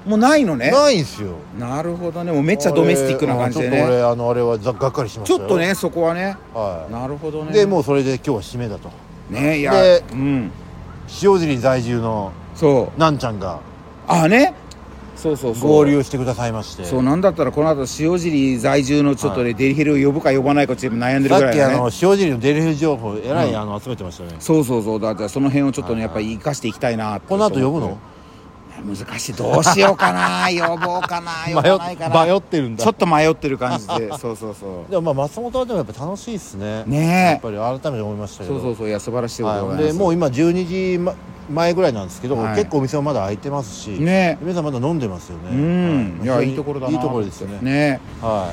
S5: もうないのね
S1: ないんすよ
S5: なるほどねもうめっちゃドメスティックな感じで
S1: あれ
S5: ね
S1: ちょっと俺あのあれはざがっかりしまし
S5: ち
S1: たよ
S5: ょっとねそこはね
S1: は
S5: なるほど
S1: い
S5: ね
S1: でもうそれで今日は締めだと
S5: ねいや
S1: で
S5: うん
S1: 塩尻在住の
S5: そう
S1: なんちゃんが
S5: あねそうそうそう
S1: 合流してくださいまして
S5: そうなんだったらこの後塩尻在住のちょっとね、デリヘルを呼ぶか呼ばないかちょっと悩んでる
S1: さ
S5: ぐら
S1: っ
S5: い
S1: きあ
S5: だ
S1: の
S5: ね
S1: 塩尻のデリフ情報えらいあの集めてましたね
S5: そうそうそうだからその辺をちょっとねやっぱり生かしていきたいなって
S1: この後呼ぶの
S5: 難しいどうしようかな呼ぼうかな呼ばないかな
S1: 迷ってるんだ
S5: ちょっと迷ってる感じ でそうそうそ
S1: でもまあ松本はでもやっぱ楽しいっすね
S5: ねえ
S1: やっぱり改めて思いました
S5: う
S1: けど
S5: そうそうそういや素晴らしいことでござい
S1: は
S5: ま
S1: い、
S5: す、
S1: でもう今12時ま前ぐらいなんですけど、
S5: はい
S1: 結構お店はまだ開いてますし、
S5: ね
S1: 皆さんまだ飲んでますよね
S5: うん、、
S1: はい
S5: やいいところだない
S1: いところですよね
S5: ね
S1: は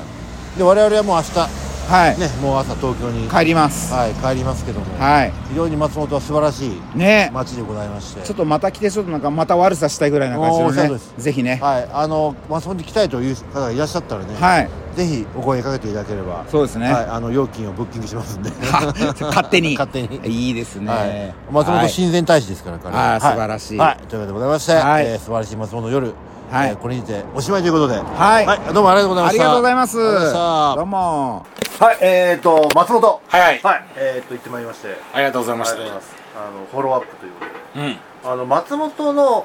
S1: いで我々はもう明
S5: はい、
S1: 日ねもう朝東京に、
S5: 帰ります
S1: はい、帰りますけども、
S5: はい
S1: 非常に松本は素晴らしい
S5: ね
S1: 街でございまして
S5: ちょっとまた来てちょっとなんかまた悪さしたいぐらいな感じ
S1: おー
S5: で
S1: そう
S5: ね
S1: です
S5: ぜひね
S1: はいあの松本に来たいという方がいらっしゃったらね、
S5: はい
S1: ぜひお声かけていただければ
S5: そうですね
S1: はい、あの料金をブッキングしますんで
S5: 勝手に
S1: 勝手に
S5: いいですね、
S1: はい、松本親善大使ですから、彼は
S5: あー
S1: は
S5: 素晴らしい
S1: はい、というわけでございまして、
S5: はい
S1: えー素晴らしい松本の夜、
S5: はい
S1: えーこれにておしまいということで、
S5: はい
S1: どうもありがとうございま
S5: あ
S1: し
S5: り
S1: た。
S5: がとうございます。
S1: ありがとうございました
S5: どうも。
S1: はい、えっ、ー、と、松本。
S6: はいはい
S1: はい、えっ、ー、と、行ってまいりまして。あり
S6: ありがとうございま
S1: が
S6: し
S1: と
S6: た
S1: うございます。あの、フォローアップということで。
S6: うん
S1: あの、松本の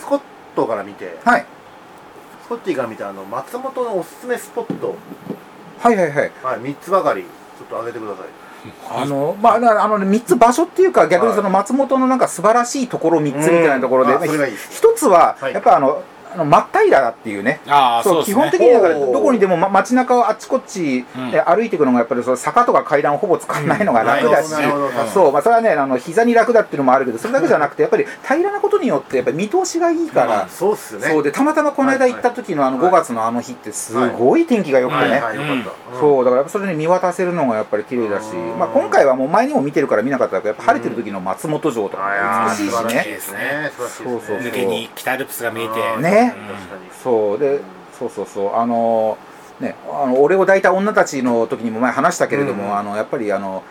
S1: スコットから見て、
S5: はい。
S1: スコッティから見て、あの、松本のおすすめスポット、
S5: はいはいはい。
S1: はい、三つばかり、ょっと上げてください
S5: あの、まあ、なあのね、三つ場所っていうか、逆にその松本のなんか素晴らしいところ三つみたいなところで、
S1: うんあそれがいいです
S5: 一つは
S1: は、い
S5: やっぱあの、あの真っ平らっていうね。
S6: ああそうです
S5: 基
S6: ね
S5: 本的にだから、
S1: おー
S5: どこにでも、ま、街中をあっちこっち
S6: ん
S5: え歩いていくのが、やっぱりその坂とか階段をほぼ使わないのが楽だし、
S1: なるほどなるほど
S5: そう、まあ、それはね、あの、膝に楽だっていうのもあるけど、それだけじゃなくて、やっぱり平らなことによって、やっぱり見通しがいいから、
S1: そうっすよね
S5: そうで、たまたまこの間行った時のあの
S1: はいは
S5: 5
S1: い
S5: 月のあの日って、すごい天気が良くてね。
S1: はいはいよかった、うん
S5: そうだからやっぱそれに見渡せるのがやっぱり綺麗だし、まあ、今回はもう前にも見てるから見なかったけどやっぱ晴れてる時の松本城とか
S1: あー
S5: 美しいし
S1: 素晴らしい
S5: ね
S1: ですね素晴らしいですね
S5: そうそう
S1: 確
S5: そう
S1: か
S7: 抜けに北アルプスが見えて
S1: あー
S5: ね
S1: に
S5: そうでそうそうそうあのーねあの俺を抱いた女たちの時にも前話したけれども、あのやっぱりあの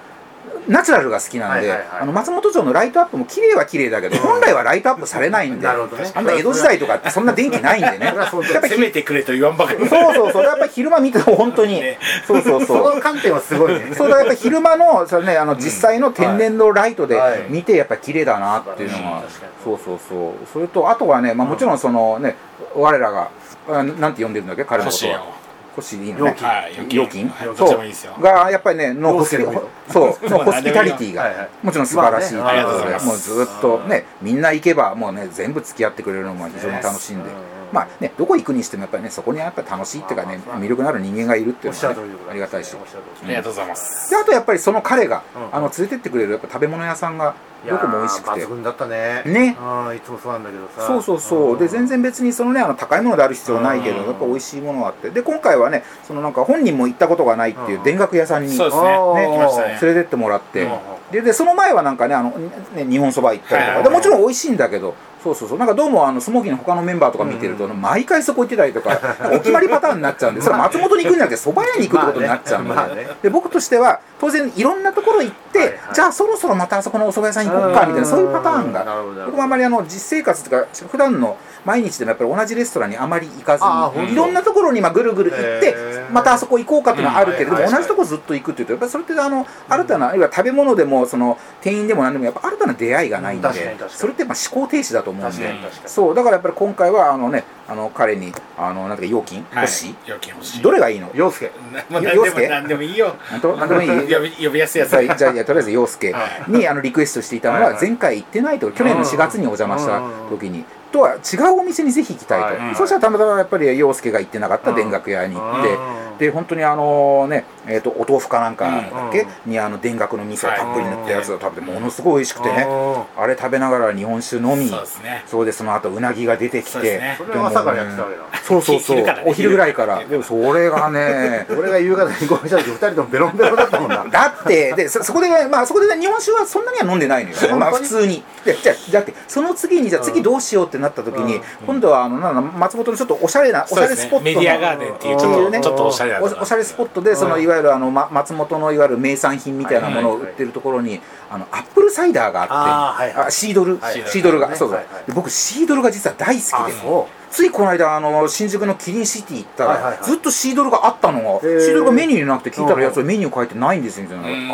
S5: ナチュラルが好きなんで、
S1: はいはいはい
S5: あの松本城のライトアップも綺麗は綺麗だけど本来はライトアップされないんで
S1: なるほどね
S5: あんな江戸時代とかってそんな電気ないんでねやっぱり
S7: 攻めてくれと言わんばかり
S5: そうそうそうやっぱり昼間見ても本 当に、そうそうそう
S1: その観点はすごいね
S5: そうだやっぱ昼間のそれ、ね、あの実際の天然のライトで
S1: はいはい
S5: 見てやっぱ綺麗だなっていうのが、
S1: 素晴らしい
S5: そうそうそうそれとあとはね、まあ、もちろんそのね我らがあなんて呼んでるんだっけ彼のこと
S7: 星
S5: は
S7: よ
S5: 星でいいのね
S7: はい
S5: 料金
S7: はいどっ
S5: そ
S7: ちもいいですよ
S5: うがやっぱりねのホスピ
S1: どうすればいい
S5: そうのホスピタリティ
S1: はいは
S5: が
S1: い
S5: もちろん素晴らしいと
S1: まあ
S7: ね
S5: いうこと
S7: あり
S5: で
S7: がとう
S5: もう
S7: ござ
S5: ずっとねみんな行けばもうね全部付き合ってくれるのも非常に楽しんで
S1: ね
S5: まあねどこ行くにしてもやっぱりねそこにやっぱ楽しいっていうかね
S1: まあまあ
S5: 魅力のある人間がいるって
S1: おっ
S5: いうの
S1: しゃ
S5: は
S1: る
S5: ね
S1: 通りでござ
S5: あ
S1: い
S5: り
S1: ま
S5: が
S1: す
S5: たいし
S1: おっしゃる
S7: あ
S1: 通り
S7: りがとうございます
S5: であとやっぱりその彼が、
S1: うん
S5: あの連れてってくれるやっぱ食べ物屋さんが
S1: いや
S5: ど
S1: ー
S5: こも美味しくて
S1: 抜群だったね
S5: ね
S1: うんいつもそうなんだけどさ
S5: そうそうそう、
S1: ん
S5: で全然別にそのねあの高いものである必要はないけど、
S1: うん
S5: やっぱ美味しいものがあってで今回はねそのなんか本人も行ったことがないっていう
S1: うん
S5: 田楽屋さんに、
S7: そうですね
S1: あー
S5: ね
S7: 来ましたね
S5: 連れてってもらって、
S1: うん
S5: ででその前はなんかねあのね日本そば行ったりとか、
S7: はい
S5: でもちろん美味しいんだけどそうそうそうなんかどうもあのスモーキーの他のメンバーとか見てると、毎回そこ行ってたりとかなんかお決まりパターンになっちゃうんでそれは松本に行くんじゃなくてそば屋に行くってことになっちゃうんで,、
S1: まあねまあね
S5: で僕としては当然いろんなところ行って、
S1: はいはい
S5: じゃあそろそろまたあそこのお蕎麦屋さん行こうかみたいなそういうパターンが
S1: なるほどなるほど
S5: 僕もあまりあの実生活とか普段の毎日でもやっぱり同じレストランにあまり行か
S1: あーほ
S5: ず
S1: ん
S5: に
S1: と
S5: いろんなところにまあぐるぐる行って
S1: へー
S5: またあそこ行こうかっていうのはあるけれど
S1: うんはい
S5: も
S1: はい
S5: 同じとこずっと行くっていうとやっぱりそれってあの新たな要は食べ物でもその店員でも何でもやっぱ新たな出会いがないんで
S1: うん確かに確かに
S5: それってまあ思考停止だと思うん
S1: 確か
S5: で
S1: に確かに
S5: そうだからやっぱり今回はあのねあの彼にあのなんていうか料金
S7: はい
S5: 欲しい
S7: 料金欲しい
S5: どれがいいの
S1: 洋介
S7: もう
S5: よ
S7: 何
S5: 洋
S7: で
S5: 介
S7: も何でもいいよ
S5: 本当なんでもいい
S7: 呼び呼びやすいやつ
S5: さあじゃあいやとりあえず陽介にあのリクエストしていたの
S1: はい
S5: は
S1: はい
S5: 前回行ってないと去年の4月にお邪魔した時にとは違うお店にぜひ行きたいと、
S1: はい
S5: そしたらたまたまやっぱり陽介が行ってなかった
S1: うん
S5: 田楽屋に行って。
S1: うん
S5: で本当にあのね、えー、とお豆腐かなんかだっけ、にあの田楽の味噌を
S7: はい
S5: たっぷり塗ったやつを食べてものすごい美味しくてね、
S1: う
S5: あれ食べながら日本酒飲み
S7: そうですね
S5: そうでその後うなぎが出てき
S7: そ
S5: て
S7: うですね
S1: んそれは朝からやってたわけだ
S5: そうそうそう
S7: 昼からね
S5: お昼ぐらいからでもそれがね
S1: 俺が夕方にご飯した時二人ともベロンベロンだったもんな
S5: だってでそそこで、まあ、そこで、ね、日本酒はそんなには飲んでないのよ、まあ、普通にでじゃあじゃあだってその次にじゃあ次どうしようってなった時に、
S1: うん
S5: 今度はあのなんだ松本のちょっとおしゃれなおし
S7: そ
S5: ゃ
S7: うで
S5: れ
S7: すね
S5: スポットの
S7: メディアガーデンっていうちょっ
S5: ね
S7: とちょっとおしゃれなとこ
S5: おおしゃれスポットでそのいわゆるあの、ま、松本のいわゆる名産品みたいなものを売ってるところにあのアップルサイダーがあって
S1: あーはいはい
S5: あシードル、
S1: はい
S5: シードルが、
S1: はい
S5: そうそう、
S1: はいはい
S5: で僕シードルが実は大好きで
S1: そ
S5: ついこの間あの新宿のキリンシティ行ったら、
S1: はいはいはい
S5: ずっとシードルがあったのがシ
S1: ー
S5: ードルがメニューになくて聞いたらやつはメニュー書いてないんですよみたいな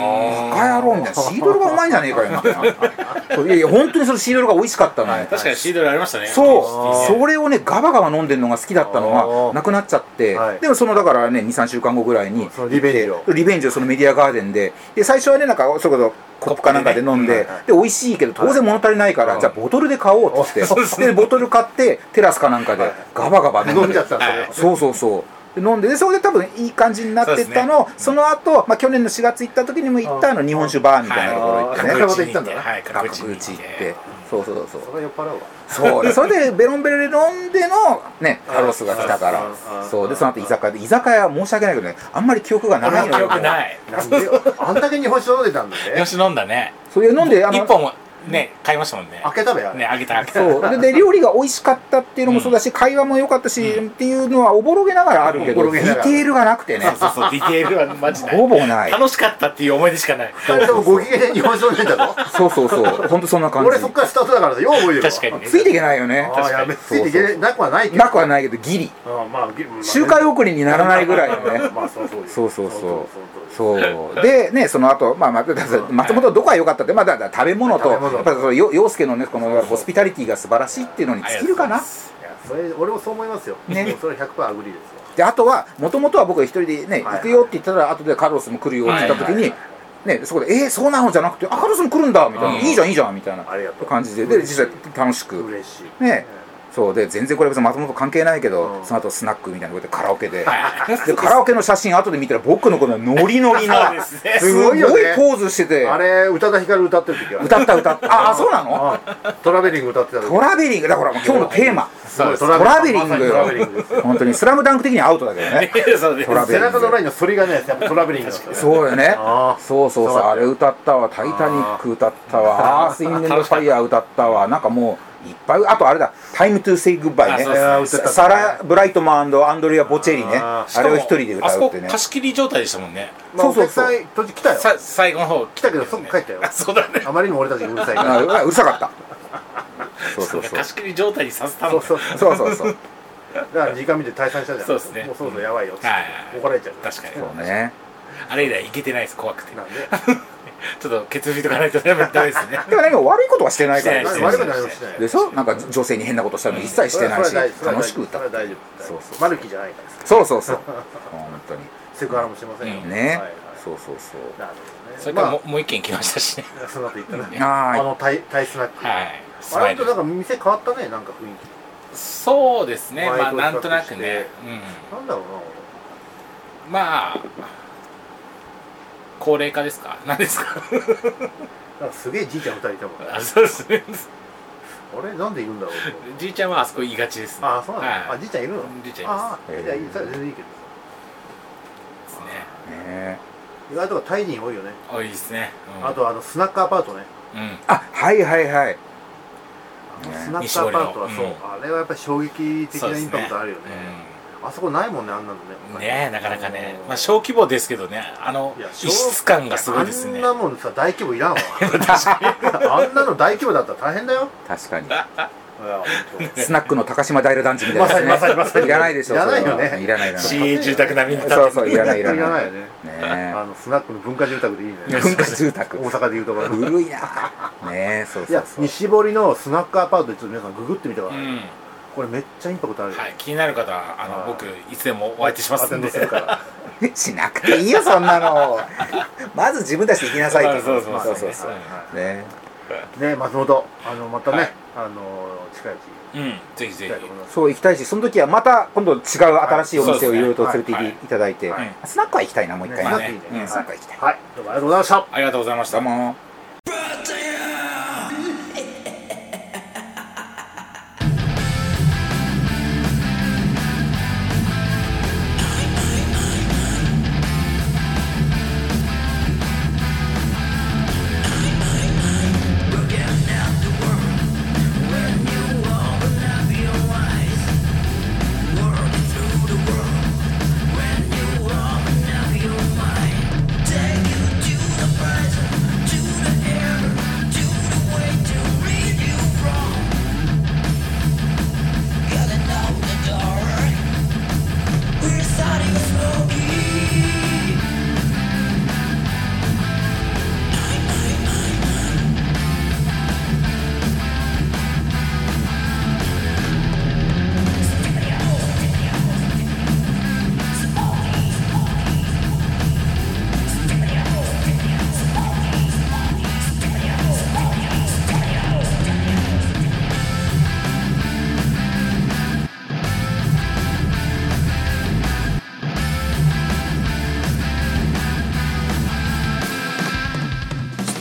S5: バカ野郎みたいなシードルがうまいんじゃねえかよみたいな そういやいや本当にそのシードルが美味しかったのよ、
S7: 確かにシードルありましたね
S5: そう
S7: う
S5: それをねガバガバ飲んでるのが好きだったの
S1: お
S5: が
S1: ー
S5: なくなっちゃって、
S1: はい
S5: でもそのだからね23週間後ぐらいに
S1: そのリベンジを
S5: リベンジをそのメディアガーデンでで最初はねなんかそれこそコップかなんかで飲んで、で美味しいけど当然物足りないから、じゃあボトルで買おうっつってでボトル買ってテラスかなんかでガバガバ飲んで
S1: 飲んじゃったんだよ
S5: そうそうそうで飲んででそれで多分いい感じになってったのをそ,、の後、まあ去年の4月行った時にも行ったあの日本酒バーみたいなところ行って
S1: は
S5: ね、
S1: い
S7: 角打ちに行って
S1: ね
S7: はい角
S5: 楽
S7: 打ちに
S5: 打ち行ってそうそうそう
S1: それは酔っ払うわ
S5: そうでそれでベロンベロで飲んでのね
S1: うん
S5: ハロスが来たか
S1: うん
S5: ら
S1: うん
S5: そうでその後居酒屋で居酒屋は申し訳ないけどねあんまり記憶が
S7: 俺
S5: な
S7: も
S5: いの
S7: 記
S5: よ
S7: 憶ない
S1: なんでよあんだけ日本酒飲んでたん だね
S7: よし飲んだね
S5: そういう飲んであ
S7: 一
S5: の
S7: 本もね買いましたもんね
S1: 開けたべや
S7: ねあげたあげた
S5: そうでで料理が美味しかったっていうのもそうだし会話も良かったしっていうのはおぼろげながらあるけ
S1: お
S5: ど
S1: ぼろ
S5: デ
S1: げなが
S5: ィ
S1: ら
S5: テールがなくてね
S7: そうそうそうディテールはマジない
S5: ほぼない
S7: 楽しかったっていう思い出しかない
S1: 二人ともご機嫌に日本酒飲んでた ぞ
S5: そうそうそう本当そんな感じ
S1: 俺そっからスタートだからさよう覚えてるわ
S7: 確かにね
S5: ついていけないよね
S1: ああやべついていけないなくはないけど
S5: なくはないけどギリ
S1: うんまあぎまあね
S5: 周回遅れにならないぐらいのね
S1: まあそうそう
S5: そうそうそう。そう。で、ね、その後、まあ、まあだから松本はどこが良かったって、まあ、だから食べ物と、
S1: 食べ物
S5: やっぱりその、よ洋介のね、このホスピタリティが素晴らしいっていうのに尽きるかな。
S1: いやそれ俺もそう思いますよ
S5: ね
S1: もうそれ100%アグリーですよ
S5: であとはもともとは僕が一人でね行くよって言ったら後でカルロスも来るよって言った時に、ね、そこで「えー、そうなの?」じゃなくて「あカルロスも来るんだ」みたいな「いいじゃんいいじゃん」みたいな
S1: ありがとう
S5: 感じでで実際楽しく
S1: 嬉しい
S5: ねそうで全然これ別に松本関係ないけど、その後スナックみたいなとこでカラオケで,、でカラオケの写真後で見たら僕のこのノリノリな
S6: そうですね
S5: すごいポーズしてて
S1: あれ宇多田ヒカル歌ってる時は
S5: 歌った歌ったああそうなの
S1: トラベリング歌ってた時
S5: トラベリングだから今日のテーマ
S1: そうです
S5: トラベリン
S1: まさ
S5: グ
S1: にトラベリング
S5: よ本当に「スラムダンク的にアウトだけど ね
S6: そうです
S5: トラベ
S8: 背
S5: リン
S8: 中の
S5: グ
S8: ラインの反りがねやっぱトラベリングだから
S5: そうよね
S1: あー
S5: そうそうそうあれ歌ったわ「タイタニック」歌ったわ「アース・イン・デンド・ファイヤー」歌ったわなんかもういっぱいあとあれだ「タイム・トゥ・セイ・グッバイね」
S6: あそう
S1: ですね
S5: サラ・ブライトマンアンドレア・ボチェリねあ
S1: あ
S5: れを一人で
S6: あ
S5: 歌
S6: そう
S5: っ
S6: こ
S5: てね
S6: 貸し切り状態でしたもんね
S1: まあお
S5: そうそう
S1: 客
S5: そう
S1: さん途中来たよ
S6: さ最後の方
S1: 来たけど即帰ったよ
S6: あそうだね
S1: あまりにも俺たちがうるさい か
S5: あ
S1: ら
S5: うわうるさかったそうそうそう
S6: 貸し切り状態にさせた
S1: そ
S6: の
S1: うそう
S5: そうそうそう
S1: だから時間見て退散したじゃん
S6: そうですね
S1: もうそろそろやばいよっつって
S6: はいはいはい
S1: 怒られちゃう
S6: 確かに
S5: そうね
S6: あれ以来いけてないです怖くて
S1: なんで
S6: ちょっと血拭いとかないとダメですね
S5: でも何か悪いことはしてないから
S6: してないしてな
S1: 悪
S6: い
S1: くないもしてない
S5: でしょなんか女性に変なことしたの一切してないし
S1: それは大丈夫
S5: 楽しく歌
S1: それ
S5: っ
S1: は
S5: て
S1: 大丈夫
S5: そうそう
S1: マルキじゃないから
S5: そうそうそう本当に
S1: セクハラもしてませんよ
S5: ね
S1: はいはい
S5: そうそうそう
S1: なる
S6: そ
S1: ほど
S6: れ
S1: ね
S6: から
S1: ま
S6: も,、もう一件来ましたしね
S1: あその後言ったらねあ
S5: は
S1: のタイタイスナック
S6: はいス
S1: あ
S6: マ
S1: れ
S6: イ
S1: と
S6: ル
S1: なんか店変わったねなんか雰囲気
S6: そうですねまあ
S1: 前
S6: な
S1: と
S6: ん
S1: 比
S6: と
S1: 較
S6: な
S1: して
S6: くね、
S1: なんだろうな
S6: うん、まあ高齢化ですか 何ですか
S1: なんかすげえじいちゃん二人いたもん
S6: あそうですね
S1: あれなんでいるんだろうと
S6: じいちゃんはあそこ言いがちですね
S1: あそうなんだ
S6: は
S1: あ
S6: い
S1: じいちゃんいるの
S6: じいちゃんいます
S1: ああいやいいそれは全然いいけど
S6: ですね
S5: いね
S1: 意外とタイ人多いよね
S6: 多いですね、うん、
S1: あとあのスナックアパートね
S6: うん
S5: あはいはいはい
S1: スナックアパートはそう、
S6: 西
S1: あれはやっぱり衝撃的
S6: そうで
S1: なイ
S6: す
S1: ンパクトあるよねあそこないもんねあんなのね
S6: うんねえなかなかね、まあ、
S1: し
S6: 小規模ですけどねあの
S1: いや
S6: 異質感がすごいです
S1: あ
S6: ね
S1: んなもんさ大規模いらんわあんなの大規模だったら大変だよ
S5: 確かに
S1: いや本
S5: スナックの高島平団地みたいな
S1: まさにまさにまさに
S5: いらないでしょ
S1: いらないよね
S5: それはいらないいらない
S1: し
S6: CA 住宅並みに立っ
S5: そう
S6: て
S5: そうい
S1: 当
S5: らないいら
S1: いら
S5: な
S1: ないいよねあ
S5: ね
S1: のスナックの文化住宅でいいね
S5: え文化住宅
S1: 大阪でいうところの
S5: 古いなねえそう
S1: い
S5: そ
S1: や
S5: うそう
S1: 西堀のスナックアパートでちょっと皆さんググってみてくだ
S6: う
S1: さい
S6: ん
S1: これめっちゃインパクトあるよ
S6: はい、気になる方はあの
S1: はい
S6: 僕いつでもお相手しますんで
S1: アテンドするから
S5: しなくていいよそんなの まず自分たちで行きなさいって
S6: そうそうそう
S5: そうそう
S6: はい
S5: そうね
S1: ね松本あのまたね、
S6: はい
S1: あの近いうち
S6: うんぜひ
S1: 行きた
S6: ぜひ
S1: いと思います
S5: そう行きたいしその時はまた今度違う新しいお店をいろいろと連れて行っていただいて、
S6: はいはい
S5: スナックは行きたいなもう一回
S1: ね
S5: な、
S6: まあね
S5: うんスナックは行きたい、
S1: はいどうもありがとうございました
S6: ありがとうございまし
S5: ど
S6: た
S5: うも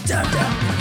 S9: ダウンダウン